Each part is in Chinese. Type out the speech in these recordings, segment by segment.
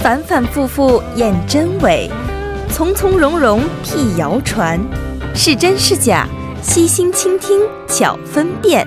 反反复复验真伪，从从容容辟谣传，是真是假，悉心倾听巧分辨。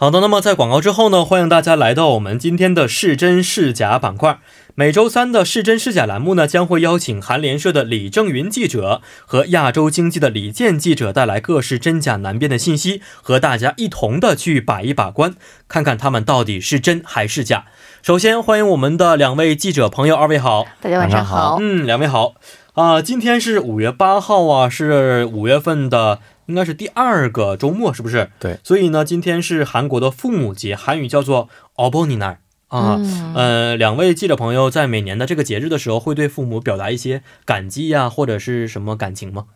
好的，那么在广告之后呢，欢迎大家来到我们今天的是真是假板块。每周三的是真是假栏目呢，将会邀请韩联社的李正云记者和亚洲经济的李健记者带来各式真假难辨的信息，和大家一同的去把一把关，看看他们到底是真还是假。首先欢迎我们的两位记者朋友，二位好。大家晚上好。嗯，两位好啊、今天是五月八号啊，是五月份的，应该是第二个周末，是不是？对。所以呢，今天是韩国的父母节，韩语叫做 o b o n i n a r 啊、嗯呃，两位记者朋友在每年的这个节日的时候，会对父母表达一些感激呀、或者是什么感情吗？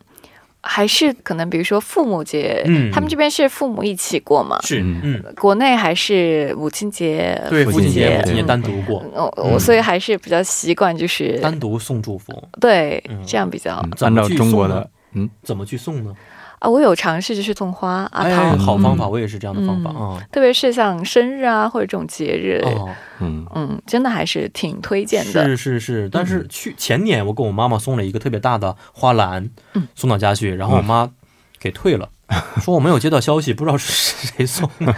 还是可能，比如说父母节，嗯他们这边是父母一起过嘛，是嗯，国内还是母亲节、对，嗯父父亲亲节，节母亲节嗯单独过，我我所以还是比较习惯，就是单独送祝福，对嗯这样比较、嗯怎按么照去中国送的呢嗯怎么去送呢？啊，我有尝试就是送花啊、哎糖，，好方法，嗯我也是这样的方法啊。特别是像生日啊或者这种节日，哦，嗯嗯，真的还是挺推荐的。是是是，但是去前年我给我妈妈送了一个特别大的花篮，嗯送到家去，然后我妈给退了，说我没有接到消息，不知道是谁 送的。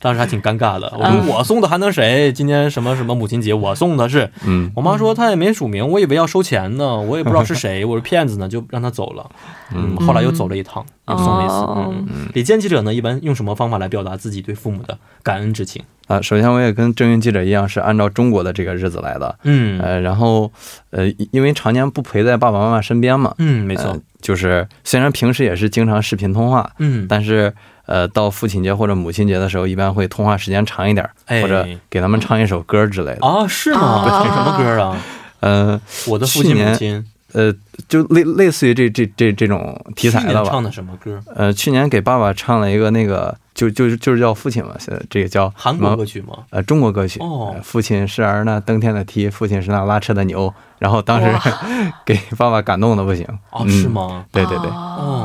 当时还挺尴尬的，我说我送的还能谁？今天什么什么母亲节，我送的是。嗯我妈说她也没署名，我以为要收钱呢，我也不知道是谁，我是骗子呢，就让她走了。嗯，后来又走了一趟，又送了一哦次。嗯，嗯李健记者呢，一般用什么方法来表达自己对父母的感恩之情？啊，首先我也跟郑云记者一样，是按照中国的这个日子来的。嗯呃，然后呃，因为常年不陪在爸爸妈妈身边嘛，嗯，没错呃，，就是虽然平时也是经常视频通话，嗯，但是呃，到父亲节或者母亲节的时候，一般会通话时间长一点儿，哎或者给他们唱一首歌之类的。啊，是吗？啊唱什么歌啊？嗯 我的父亲母亲呃呃，就类类似于这这这这种题材去的年吧唱。的什么歌？呃，去年给爸爸唱了一个那个，就就就是叫父亲嘛，现在这个叫韩什国么歌曲吗？呃，中国歌曲，哦呃父亲是儿那登天的梯，父亲是那拉车的牛。然后当时 给爸爸感动的不行。啊，嗯是？吗？对对对，哦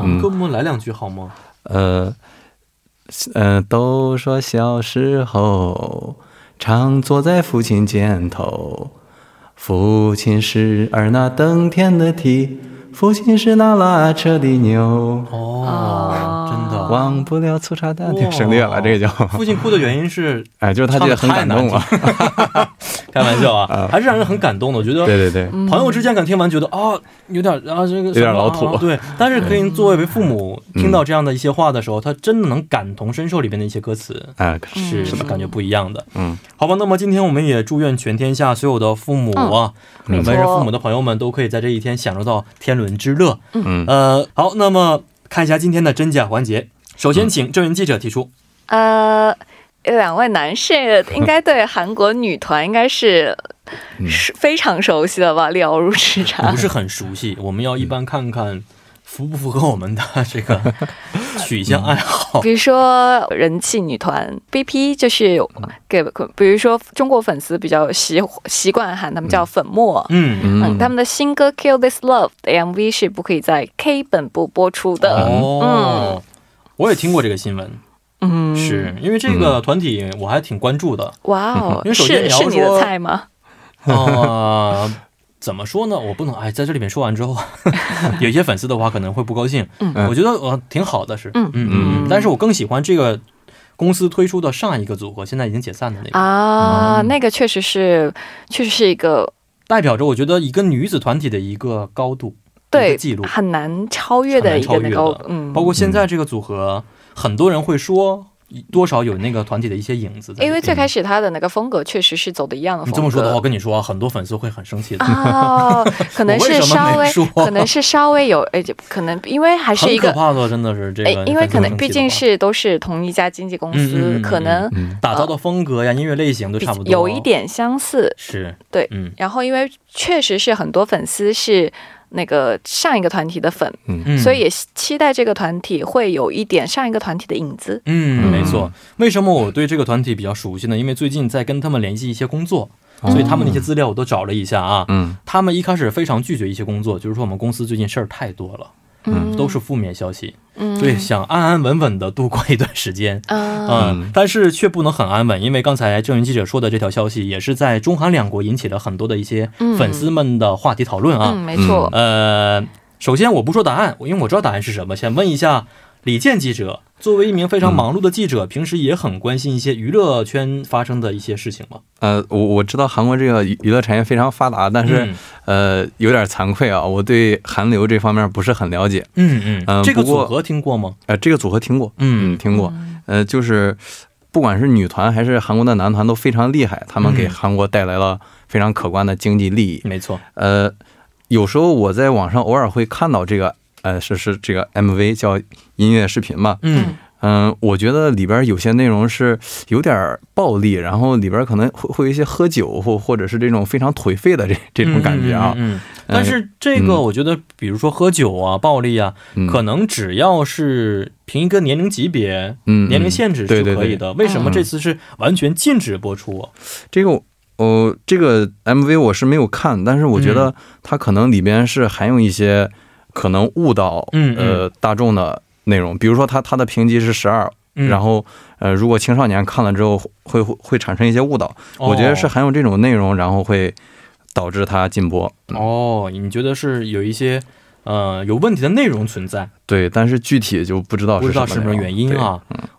哦，嗯给我们来两句好吗？呃，呃，都说小时候常坐在父亲肩头，父亲是儿那登天的梯，父亲是那拉车的牛。哦，真的。忘不了粗茶淡哇饭，省略了这个叫。 父亲哭的原因 是，哎，就是他这个很感动唱得啊。 开玩笑啊，还是让人很感动的。我觉得对对对，朋友之间可能听完觉得啊，有点啊这个有点老土对，嗯但是可以作为父母听到这样的一些话的时候，他真的能感同身受里边的一些歌词。哎，嗯是是感觉不一样的。嗯，好吧，那么今天我们也祝愿全天下所有的父母啊，嗯特别是没错父母的朋友们，都可以在这一天享受到天伦之乐。嗯呃，好，那么看一下今天的真假环节。首先，请郑云记者提出。呃，两位男士应该对韩国女团应该是嗯是非常熟悉了吧，了如指掌不。是很熟悉，嗯我们要一般看看符不符合我们的这 个取向爱好。比如说人气女团 BP，就是有给，比如说中国粉丝比较习习惯喊他们叫粉末。嗯，嗯，他们的新歌《Kill This Love》的 MV 是不可以在 K 本部播出嗯的。哦，我也听过这个新闻，嗯，是因为这个团体我还挺关注的。哇 哦因为，首先你是要是你的说菜吗？啊，怎么说呢？我不能哎，在这里面说完之后， 有些粉丝的话可能会不高兴。我觉得呃挺好的是，嗯嗯嗯，但是我更喜欢这个公司推出的上一个组合，现在已经解散的那个，啊，嗯那个确实是，确实是一个代表着我觉得一个女子团体的一个高度。一对个记录很难超越的一个那很难超越个的，嗯包，括现在这个组合，很多人会说多少有那个团体的一些影子在里嗯面。因为最开始他的那个风格确实是走的一样的你风格。这么说的话，我跟你说啊，很多粉丝会很生 气的。哦，可能我为是什么稍没微说，可能是稍微有，哎，就可能因为还是很一可个，怕的，真的是这个粉丝很哎生气的，话。因为可能毕竟是都是同一家经纪公司，嗯嗯嗯嗯可能打造的风格呀、音乐类型都比差不多，有一点相似。是，对嗯然后因为确实是很多粉丝是那个上一个团体的粉，嗯，所以也期待这个团体会有一点上一个团体的影子。嗯，没错。为什么我对这个团体比较熟悉呢？因为最近在跟他们联系一些工作，所以他们那些资料我都找了一下啊。嗯，他们一开始非常拒绝一些工作，就是说我们公司最近事儿太多了，嗯，都是负面消息。嗯对，想安安稳稳的度过一段时间。啊嗯，但是却不能很安稳，因为刚才郑云记者说的这条消息，也是在中韩两国引起了很多的一些粉丝们的话题讨论嗯，啊。没错，呃，首先我不说答案，因为我知道答案是什么。想问一下李健记者，作为一名嗯非常忙碌的记者，平时也很关心一些娱乐圈发生的一些事情吗？呃，我我知道韩国这个娱娱乐产业非常发达，但嗯是、呃，有点惭愧啊，我对韩流这方面不是很了解。嗯嗯呃这个不组过合听过吗？呃，这个组合听过，嗯听过，呃，就是不管是女团还是韩国的男团都非常厉害，他们给嗯韩国带来了非常可观的经济利益。没错，呃，有时候我在网上偶尔会看到这个，呃，是是这个 MV 叫音乐视频嘛，嗯嗯、我觉得里边有些内容是有点儿暴力，然后里边可能会会有一些喝酒或或者是这种非常颓废的这这种感觉啊，嗯，嗯嗯嗯但是这个我觉得，比如说喝酒啊、暴力啊，嗯可能只要是凭一个年龄级别、嗯嗯年龄限制是对对可以对嗯的。为什么这次是完全禁止播出啊？这个我。哦，这个 MV 我是没有看，但是我觉嗯得它可能里边是含有一些可能误导、嗯嗯呃大众的内容，比如说它它的评级是十二、嗯然后呃如果青少年看了之后会会会产生一些误导，哦我觉得是含有这种内容，然后会导致它禁播。哦，你觉得是有一些呃有问题的内容存在，对，但是具体就不知道不哦是知道是什不么是内容原因。啊？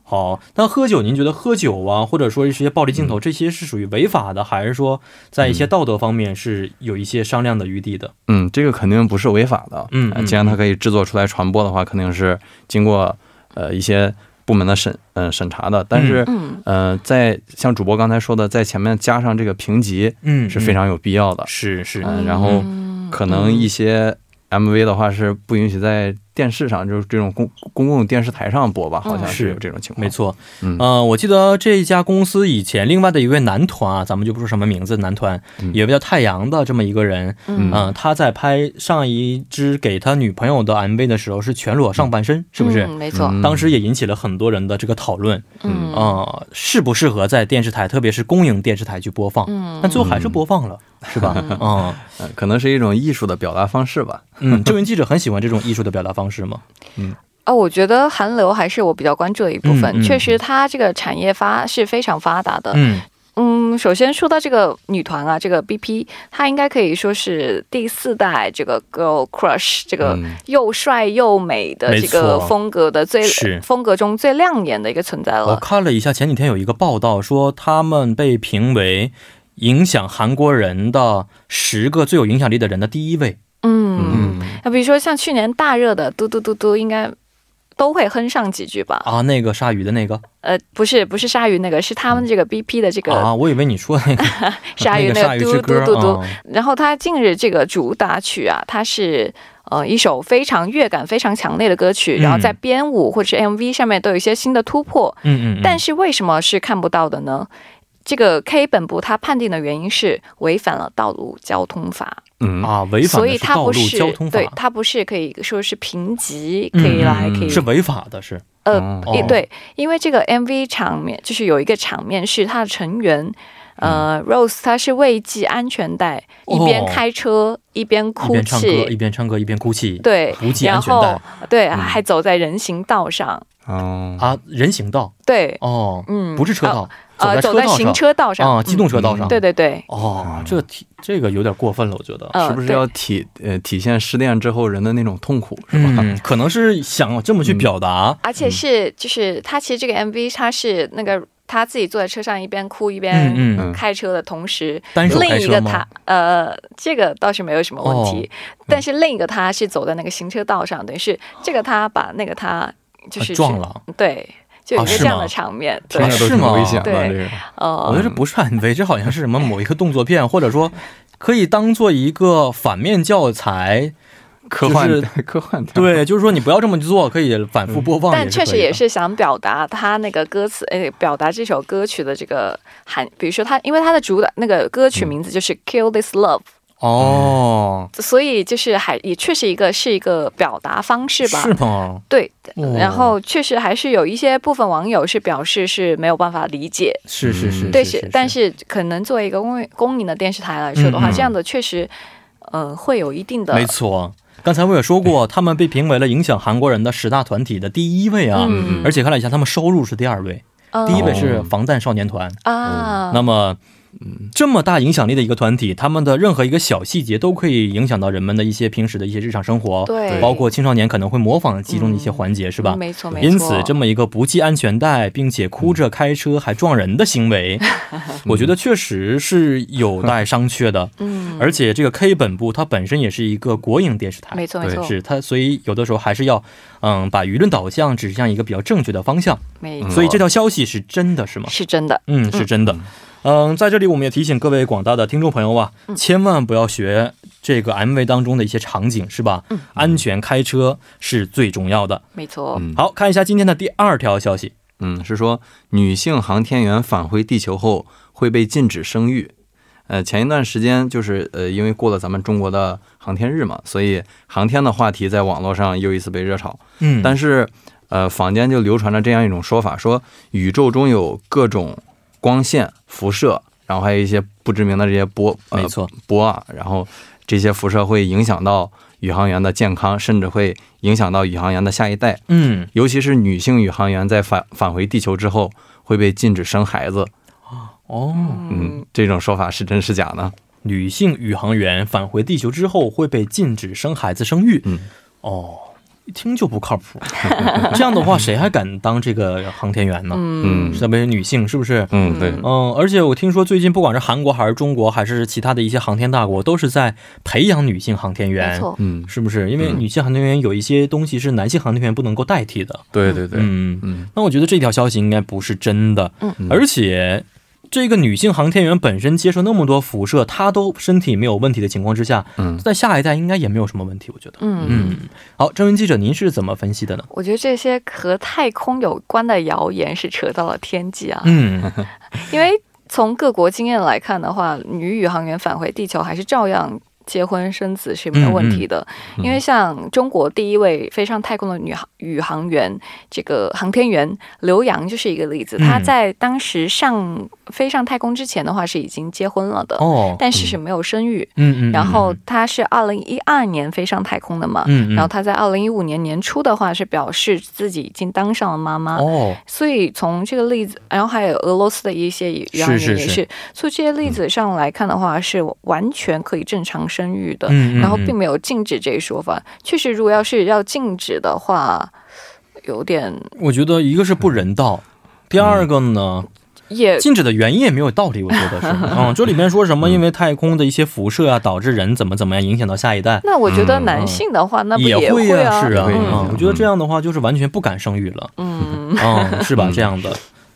好，那喝酒，您觉得喝酒啊，或者说一些暴力镜嗯头，这些是属于违法的，还是说在一些道德方面是有一些商量的余地的？对嗯，这个肯定不是违法的。嗯呃嗯既然它可以制作出来传播的话，肯定是经过呃一些部门的审嗯、审查的。但是嗯呃，在像主播刚才说的，在前面加上这个评级嗯，是非常有必要的嗯。是是嗯，然后嗯可能一些 MV 的话是不允许在电视上，就是这种公公共电视台上播吧，好像是是有这种情况。没，错，嗯呃，我记得这一家公司以前另外的一位男团啊，咱们就不说什么名字，男团嗯有一位叫太阳的这么一个人，嗯、嗯他在拍上一支给他女朋友的 MV 的时候是全裸上半身，是不是？嗯没错，嗯当时也引起了很多人的这个讨论，嗯呃，适不适合在电视台，特别是公营电视台去播放？嗯但最后还是播放了，是吧？ 嗯 呃可能是一种艺术的表达方式吧。嗯，郑云记者很喜欢这种艺术的表达方式吗？啊，我觉得韩流还是我比较关注的一部分。嗯嗯确实，它这个产业发是非常发达的。嗯嗯，首先说到这个女团啊，这个 BP，她应该可以说是第四代这个 girl crush 这个嗯又帅又美的没这个错风格的最是哦风格中最亮眼的一个存在我了。看了一下，前几天有一个报道说，他们被评为影响韩国人的十个最有影响力的人的第一位。嗯，那、比如说像去年大热的嘟嘟嘟嘟，应该都会哼上几句吧？啊，那个鲨鱼的那个呃，不是不是鲨鱼那个，是他们这个 BP 的这个啊，我以为你说那个 鲨鱼嗯那个鲨鱼嘟之嘟歌嘟嘟啊。然后他近日这个主打曲啊，它是呃一首非常乐感非常强烈的歌曲，嗯然后在编舞或者是 MV 上面都有一些新的突破。嗯嗯嗯，但是为什么是看不到的呢？这个 K 本部他判定的原因是违反了道路交通法，嗯啊，违反所的以是它道不路是交通法对，它不是可以说是评级嗯可以来嗯可以是违法的，是呃，哦也对，因为这个 MV 场面就是有一个场面是他的成员，呃、r o s e 她是未系安全带，嗯哦一边开车、一边一哭边唱歌一泣，边唱歌一边哭泣，对不，系安然全后带嗯对、还走在人行道上，哦，啊，人行道对，哦，嗯不是车道，呃，走走在在车行道车道上上，嗯啊，机动车道上，对对对，哦，这挺这个有点过分了，我觉得。嗯、是不是对要体呃体现失恋之后人的那种痛苦，是吧？嗯，可能是想这么去表达，而且是就是他其实这个 MV 他是那个他自己坐在车上一边哭一边嗯嗯，嗯开车的同时，单手另开一车个吗啊哦他？呃，这个倒是没有什么问题，嗯但是另一个他是走在那个行车道上，等于是这个他把那个他就是啊撞，了。对，就有啊一个是这样吗的场面， 听对着，都是挺吗危险的对这个。我觉呃得这不是 MV，这好像是什么某一个动作 片，或者说可以当做一个反面教材。科就幻、 是科幻的，对，就是说你不要这么做，可以反复播放。嗯但确实也是是想表达他那个歌词，呃，表达这首歌曲的这个含，比如说他，因为他的主打那个歌嗯曲名字就是《Kill This Love 可以的哦，》，所以就是还也确实一个是一个表达方式吧，是吗？对，哦然后确实还是有一些部分网友是表示是没有办法理解，是是嗯是，对，是是，，但是可能作为一个公公营的电视台来说的话，嗯嗯这样的确实，呃，会有一定的没错。刚才我也说过，他们被评为了影响韩国人的十大团体的第一位啊，嗯而且看了一下，他们收入是第二位，嗯第一位是防弹少年团。啊，嗯那么，这么大影响力的一个团体，他们的任何一个小细节都可以影响到人们的一些平时的一些日常生活，对包括青少年可能会模仿其中的一些环节，是吧？没错没错。因此，这么一个不系安全带，并且哭着开车还撞人的行为，我觉得确实是有待商榷的。嗯，而且，这个 K 本部它本身也是一个国营电视台，没错没对错，是它，所以有的时候还是要，嗯，把舆论导向指向一个比较正确的方向。没嗯错，嗯所以这条消息是真的，是吗？是真的。嗯，是真的。嗯，在这里我们也提醒各位广大的听众朋友啊，嗯千万不要学这个 MV 当中的一些场景，是吧？嗯安全开车是最重要的。没错，嗯好看一下今天的第二条消息。嗯，是说女性航天员返回地球后会被禁止生育。呃，前一段时间就是呃，因为过了咱们中国的航天日嘛，所以航天的话题在网络上又一次被热炒。嗯但是，呃，坊间就流传着这样一种说法，说宇宙中有各种光线辐射，然后还有一些不知名的这些波，呃没错，波啊，然后这些辐射会影响到宇航员的健康，甚至会影响到宇航员的下一代。嗯，尤其是女性宇航员在返返回地球之后会被禁止生孩子。哦，嗯，这种说法是真是假呢？女性宇航员返回地球之后会被禁止生孩子生育。嗯，哦，一听就不靠谱。这样的话，谁还敢当这个航天员呢？嗯特别是女性，是不是？嗯，对，嗯，而且我听说最近不管是韩国还是中国，还是其他的一些航天大国，都是在培养女性航天没员，错，嗯，是不是？因为女性航天员有一些东西是男性航天员不能够代替的。对对对，嗯，嗯那我觉得这条消息应该不是真的。嗯而且这个女性航天员本身接受那么多辐射，她都身体没有问题的情况之下，嗯在下一代应该也没有什么问题，我觉得。嗯。嗯，好，郑云记者，您是怎么分析的呢？我觉得这些和太空有关的谣言是扯到了天际啊，嗯，因为从各国经验来看的话，女宇航员返回地球还是照样。结婚生子是没有问题的，嗯因为像中国第一位飞上太空的女航宇航员，这个航天员刘洋就是一个例子。嗯她在当时上飞上太空之前的话是已经结婚了的，哦， 但是是没有生育。嗯嗯，然后她是二零一二年飞上太空的嘛，嗯，嗯，然后她在二零一五年年初的话是表示自己已经当上了妈妈。哦，所以从这个例子，然后还有俄罗斯的一些宇航员也是是是所以这些例子上来看的话，是完全可以正常生育的，嗯，嗯呃然后嗯并没有禁止这一说法。确实，如果要是要禁止的话，有点我觉得一个是不人道。嗯第二个呢，也禁止的原因也没有道理，我觉得是。嗯，这里面说什么因为太空的一些辐射啊，导致人怎么怎么样，影响到下一代，那我觉得男性的话，那不嗯也会啊，是啊，也会嗯嗯我觉得这样的话就是完全不敢生育了，嗯，嗯，是吧？这样的。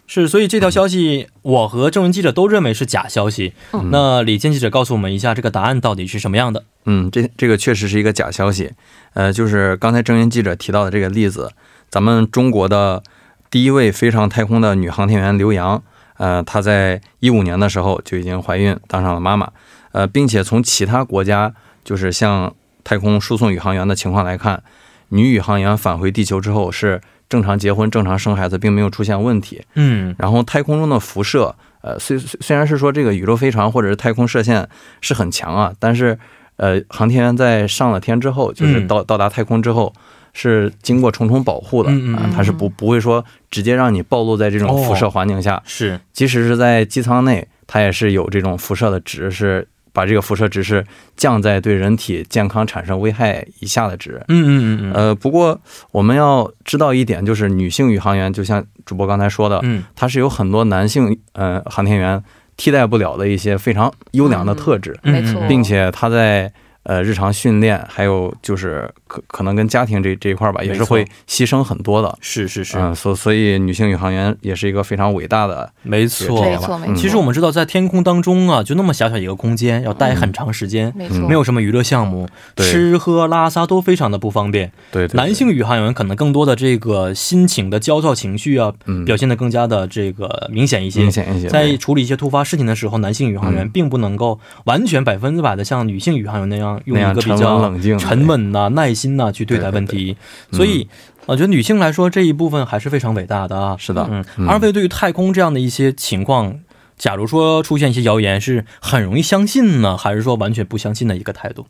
是，所以这条消息，我和正文记者都认为是假消息。嗯那李健记者告诉我们一下，这个答案到底是什么样的？嗯，这这个确实是一个假消息。呃，就是刚才郑源记者提到的这个例子，咱们中国的第一位飞上太空的女航天员刘洋，呃，她在一五年的时候就已经怀孕，当上了妈妈。呃，并且从其他国家就是向太空输送宇航员的情况来看，女宇航员返回地球之后是正常结婚、正常生孩子，并没有出现问题。嗯然后太空中的辐射，呃，虽虽虽然是说这个宇宙飞船或者是太空射线是很强啊，但是呃，航天员在上了天之后，就是嗯到、到达太空之后，是经过重重保护的，嗯嗯啊嗯哦它是不不会说直接让你暴露在这种辐射环境下，是，即使是在机舱内，它也是有这种辐射的值是。把这个辐射值是降在对人体健康产生危害以下的值，嗯嗯嗯嗯呃，不过我们要知道一点，就是女性宇航员，就像主播刚才说的，嗯，它是有很多男性呃航天员替代不了的一些非常优良的特质，没错，嗯并且他在呃日常训练，还有就是可可能跟家庭这这一块儿吧，也是没错会牺牲很多的。是是是，嗯，所所以女性宇航员也是一个非常伟大的，没错，没错没错。嗯啊其实我们知道，在天空当中啊，就那么狭小一个空间，要待很长时间，没错，嗯没有什么娱乐项目，对吃喝拉撒都非常的不方便。对对男性宇航员可能更多的这个心情的焦躁情绪啊，嗯表现的更加的这个明显一些。明显一些，在对处理一些突发事情的时候，男性宇航员嗯并不能够完全百分之百的像女性宇航员那样用那一样个比沉较稳冷静，沉稳呐、耐心呐、去对待问题。嗯所以，我觉得女性来说这一部分还是非常伟大的啊。是的，嗯，二位对于太空这样的一些情况，假如说出现一些谣言，是很容易相信呢，还是说完全不相信的一个态度？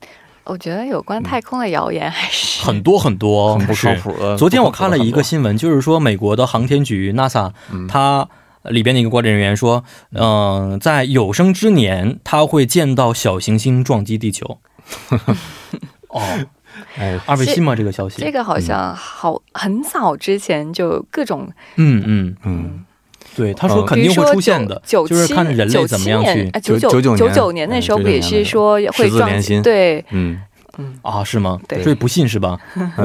我觉得有关太空的谣言还是很多很多，很不是靠谱的。昨天我看了一个新，新闻，就是说美国的航天局 NASA，嗯它里边的一个管理人员说，嗯、在有生之年他会见到小行星撞击地球。哦，哎， 二位信吗？这个消息？这个好像好很早之前就各种，嗯嗯，嗯，对，他说肯定会出现的，九就是看人类怎么样去九九九九九九九九年年那时候不嗯也是说会十字撞连击心对嗯，啊？是吗？对所以不信是吧？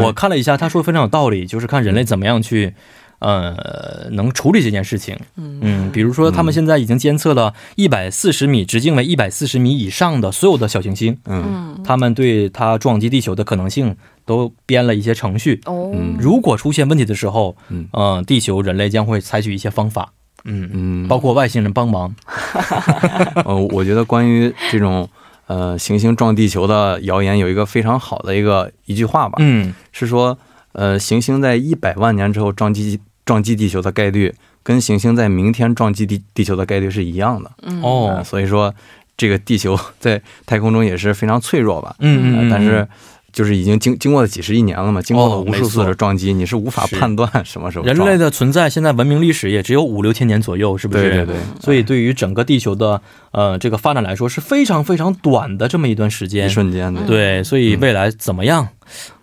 我看了一下，他说非常有道理，就是看人类怎么样去。呃，能处理这件事情，嗯，比如说他们现在已经监测了一百四十米直径为一百四十米以上的所有的小行星，嗯，他们对它撞击地球的可能性都编了一些程序。哦，嗯如果出现问题的时候，嗯呃，地球人类将会采取一些方法，嗯，嗯，包括外星人帮忙，呃，我觉得关于这种呃行星撞地球的谣言，有一个非常好的一个一句话吧，嗯，是说，呃，行星在一百万年之后撞击撞击地球的概率，跟行星在明天撞击地地球的概率是一样的。呃哦，所以说这个地球 在太空中也是非常脆弱吧。嗯嗯，呃嗯但是就是已经经经过了几十亿年了嘛，经过了哦无数次没错的撞击，你是无法是判断什么时候人撞类的存在，现在文明历史也只有五六千年左右，是不是？对对对。所以对于整个地球的呃这个发展来说，是非常非常短的这么一段时一间。瞬间嗯的。嗯对，所以未来怎么样？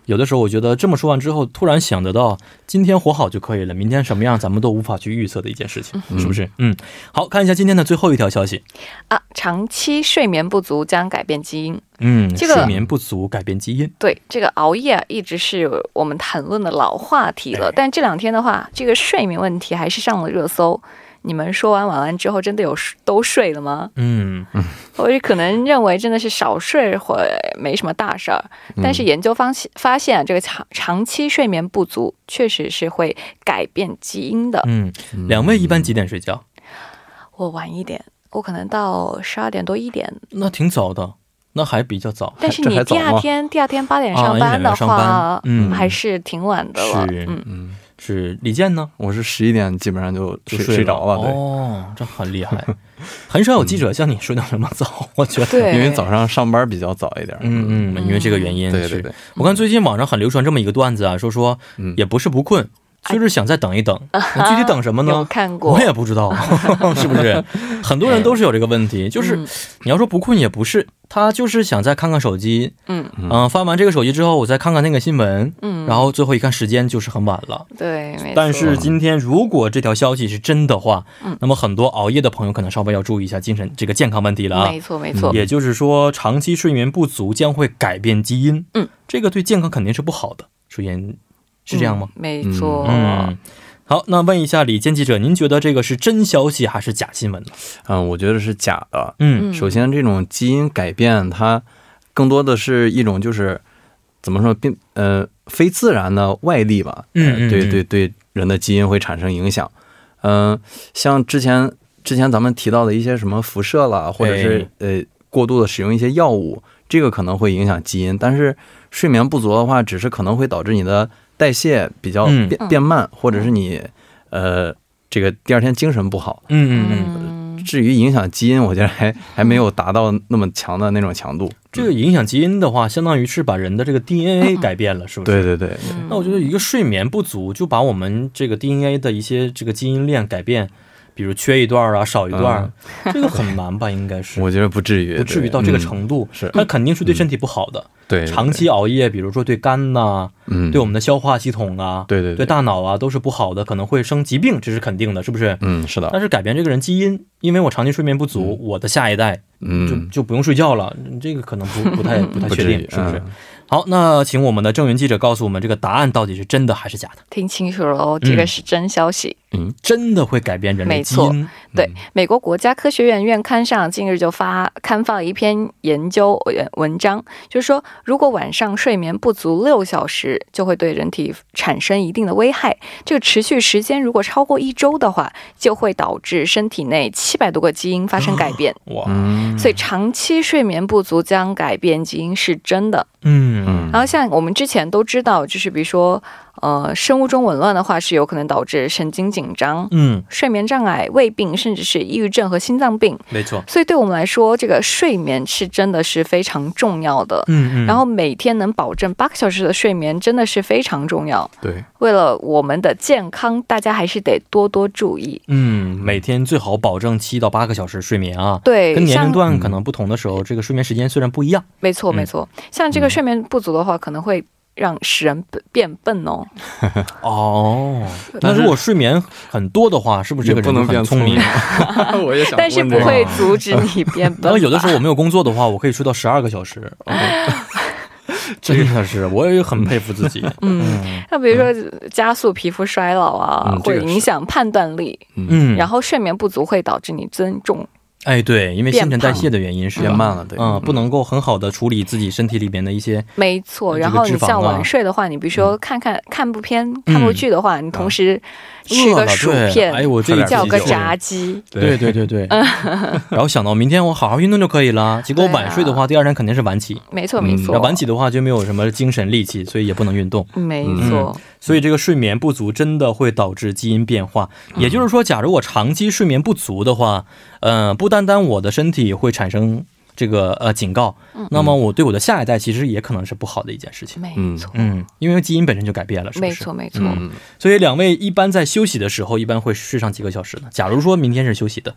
有的时候我觉得这么说完之后，突然想得到，今天活好就可以了，明天什么样咱们都无法去预测的一件事情，是不是？嗯，好看一下今天的最后一条消息。啊，长期睡眠不足将改变基因。嗯，这个睡眠不足改变基因。对，这个熬夜啊，一直是我们谈论的老话题哎了。但这两天的话，这个睡眠问题还是上了热搜。你们说完晚安之后，真的有睡都睡了吗？嗯，我就可能认为真的是少睡会没什么大事儿，但嗯是研究发现发现啊这个长长期睡眠不足确实是会改变基因的。嗯，两位一般几点睡觉？我晚一点，我可能到十二点多一点，那挺早的，那还比较早。但是这你还第早二吗天第二天八点啊上你班得的上话班，嗯还是挺晚的了。是嗯，嗯，是李健呢？我是十一点基本上就就睡睡着了，对。哦，这很厉害， 很少有记者像你睡到这么早，我觉得。 对，因为早上上班比较早一点，嗯嗯，因为这个原因，对是对对，我看最近网上很流传这么一个段子啊，说说嗯也不是不困，就是想再等一 等。那具体等什么哎有呢？看过我，也不知 道，是不是？很多人都是有这个问题，就是嗯你要说不困也不是，他就是想再看看手机，嗯嗯、翻完这个手机之后，我再看看那个新闻，嗯，然后最后一看时间就是很晚了。对，没错但是今天如果这条消息是真的话嗯，那么很多熬夜的朋友可能稍微要注意一下精神这个健康问题了啊没。错没错，也就是说，长期睡眠不足将会改变基因。嗯，这个对健康肯定是不好的。首先是这样吗？嗯？没错，嗯。好，那问一下李健记者，您觉得这个是真消息还是假新闻呢？嗯，我觉得是假的。嗯首先，这种基因改变，它更多的是一种就是怎么说，并呃非自然的外力吧。呃嗯嗯对嗯对对，人的基因会产生影响。嗯、像之前之前咱们提到的一些什么辐射啦，或者是哎呃过度的使用一些药物，这个可能会影响基因。但是睡眠不足的话，只是可能会导致你的代谢比较嗯变、变慢，或者是你呃这个第二天精神不好。嗯嗯嗯，嗯，至于影响基因，我觉得还还没有达到那么强的那种强度。这个影响基因的话，相当于是把人的这个 DNA 改变了，是不是？对对对，嗯那我觉得一个睡眠不足，就把我们这个 DNA 的一些这个基因链改变，比如缺一段儿啊，少一段儿， 这个很难吧？应该是嗯我觉得不至于，不至于对到这个嗯程度，是那肯定是对身体不好的。对对长期熬夜，比如说对肝呐、嗯对我们的消化系统啊，对对对大脑啊都是不好的，可能会生疾病，这是肯定的，是不是？嗯是但的是改变这个人基因，因为我长期睡眠不足，我的下一代就嗯就不用睡觉了，这个可能不不太不太不确至于定，是不是嗯？好，那请我们的郑云记者告诉我们，这个答案到底是真的还是假的？听清楚了哦，这嗯个是真消息。嗯真的会改变人类没基错因？对，美国国家科学院院刊上近日就发刊发了一篇研究文文章，就是说，如果晚上睡眠不足六小时，就会对人体产生一定的危害。这个持续时间如果超过一周的话，就会导致身体内七百多个基因发生改变。哇，嗯所以，长期睡眠不足将改变基因是真的。嗯嗯然后像我们之前都知道，就是比如说，呃，生物钟紊乱的话是有可能导致神经紧张、嗯，睡眠障碍、胃病，甚至是抑郁症和心脏病。没错，所以对我们来说，这个睡眠是真的是非常重要的。嗯嗯，然后每天能保证八个小时的睡眠真的是非常重要。对，为了我们的健康，大家还是得多多注意。嗯，每天最好保证七到八个小时睡眠啊。对，跟年龄像段可能不同的时候，这个睡眠时间虽然不一样，没错嗯没错，像这个睡眠不足的话，可能会让使人变笨哦。嗯哦，那但是如果睡眠很多的话，是不是这个也不人能就很变聪聪 明？ 我也想但是问不这个会阻止你变笨吧。 然后有的时候我没有工作的话，我可以睡到十二个小时。 真的是，我也很佩服自己。嗯，那比如说加速皮肤衰老啊，嗯这会个影响判断力， 嗯，然后后睡眠不足会导致你增重。哎，对，因为新陈代谢的原因是吧变慢了，对，嗯，不能够很好的处理自己身体里面的一些，没错，这个然后你脂肪啊嗯像晚睡的话，你比如说看看看部片、看部剧的话，你同时吃嗯饿了个薯对片，哎我这一叫集个就炸鸡，对对对 对，然后想到明天我好好运动就可以了，结果对啊啊晚睡的话，第二天肯定是晚起，没错没嗯错，那晚起的话就没有什么精神力气，所以也不能运动。没错，所以这个睡眠不足真的会导致基因变化。嗯也就是说，假如我长期睡眠不足的话，呃，不单单我的身体会产生这个呃警告，嗯那么我对我的下一代其实也可能是不好的一件事情。没嗯错嗯，因为基因本身就改变了，是不没是？错没错。嗯，所以两位一般在休息的时候，一般会睡上几个小时呢？假如说明天是休息的，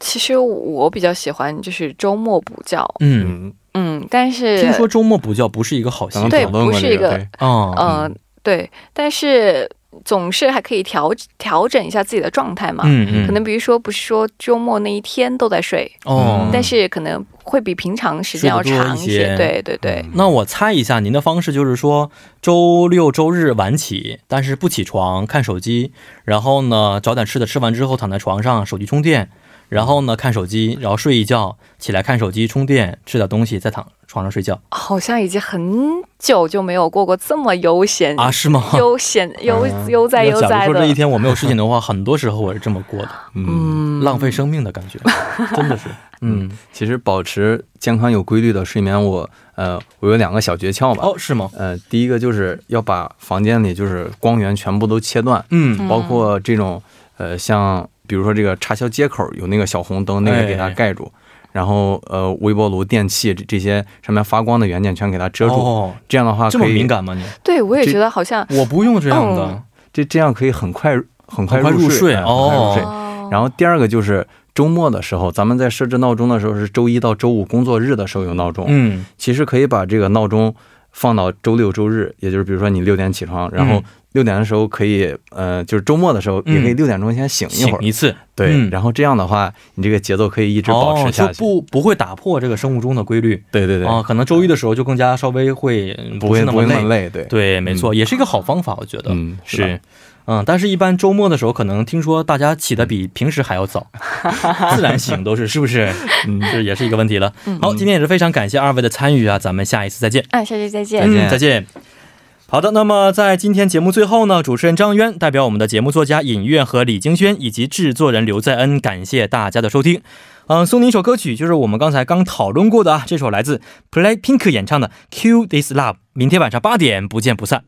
其实我比较喜欢就是周末补觉，嗯，嗯，嗯，但是听说周末补觉不是一个好习惯，刚刚对讨论过不是这一个对啊、呃对，但是总是还可以调调整一下自己的状态嘛。嗯嗯，可能比如说不是说周末那一天都在睡，哦，但是可能会比平常时间要长一睡些。得多一嗯对对嗯对，那我猜一下，您的方式就是说，周六周日晚起，但是不起床，看手机，然后呢找点吃的，吃完之后躺在床上，手机充电，然后呢看手机，然后睡一觉，起来看手机充电，吃点东西，再躺床上睡觉好像已经很久就没有过过这么悠闲啊？是 吗？悠闲悠嗯悠哉悠假哉如说这一的。天我没有事情的话，很多时候我是这么过的，嗯，嗯，浪费生命的感觉，真的是，嗯，其实保持健康有规律的睡眠，我呃，我有两个小诀窍吧。哦，是吗？呃，第一个就是要把房间里就是光源全部都切断，嗯，包括这种呃，像比如说这个插销接口有那个小红灯，那个给它哎盖住，然后呃，微波炉、电器这这些上面发光的元件全给它遮住，哦，这样的话这可么以敏，感吗你？对我也这觉得 好像我不用这样的嗯，这这样可以很快很很快快入睡，睡哎很快入哦睡。哦然后第二个就是周末的时候，咱们在设置闹钟的时候是周一到周五工作日的时候有闹钟，嗯，其实可以把这个闹钟放到周六周日，也就是比如说你六点起床，然后六点的时候可以，呃，就是周末的时候嗯也可以六点钟先醒一醒会儿，一次，对、嗯然后这样的话，你这个节奏可以一直保持下哦、就去。不不会打破这个生物钟的规律对对对，啊。可能周一的时候就更加稍微会嗯不是会那不么会那累，么累，对，对，没错，也是一个好方法，我觉得。嗯，是吧，嗯，但是，一般周末的时候，可能听说大家起的比平时还要早，自然醒都是，是不是？嗯，这也是一个问题了。好，今天也是非常感谢二位的参与啊，咱们下一次再见。啊，下期再见。再见嗯再见。好的，那么在今天节目最后呢，主持人张渊代表我们的节目作家尹月和李京轩以及制作人刘在恩，感谢大家的收听。嗯，送你一首歌曲，就是我们刚才刚讨论过的啊，这首来自 Play Pink 演唱的《Q This Love》。明天晚上八点不见不散。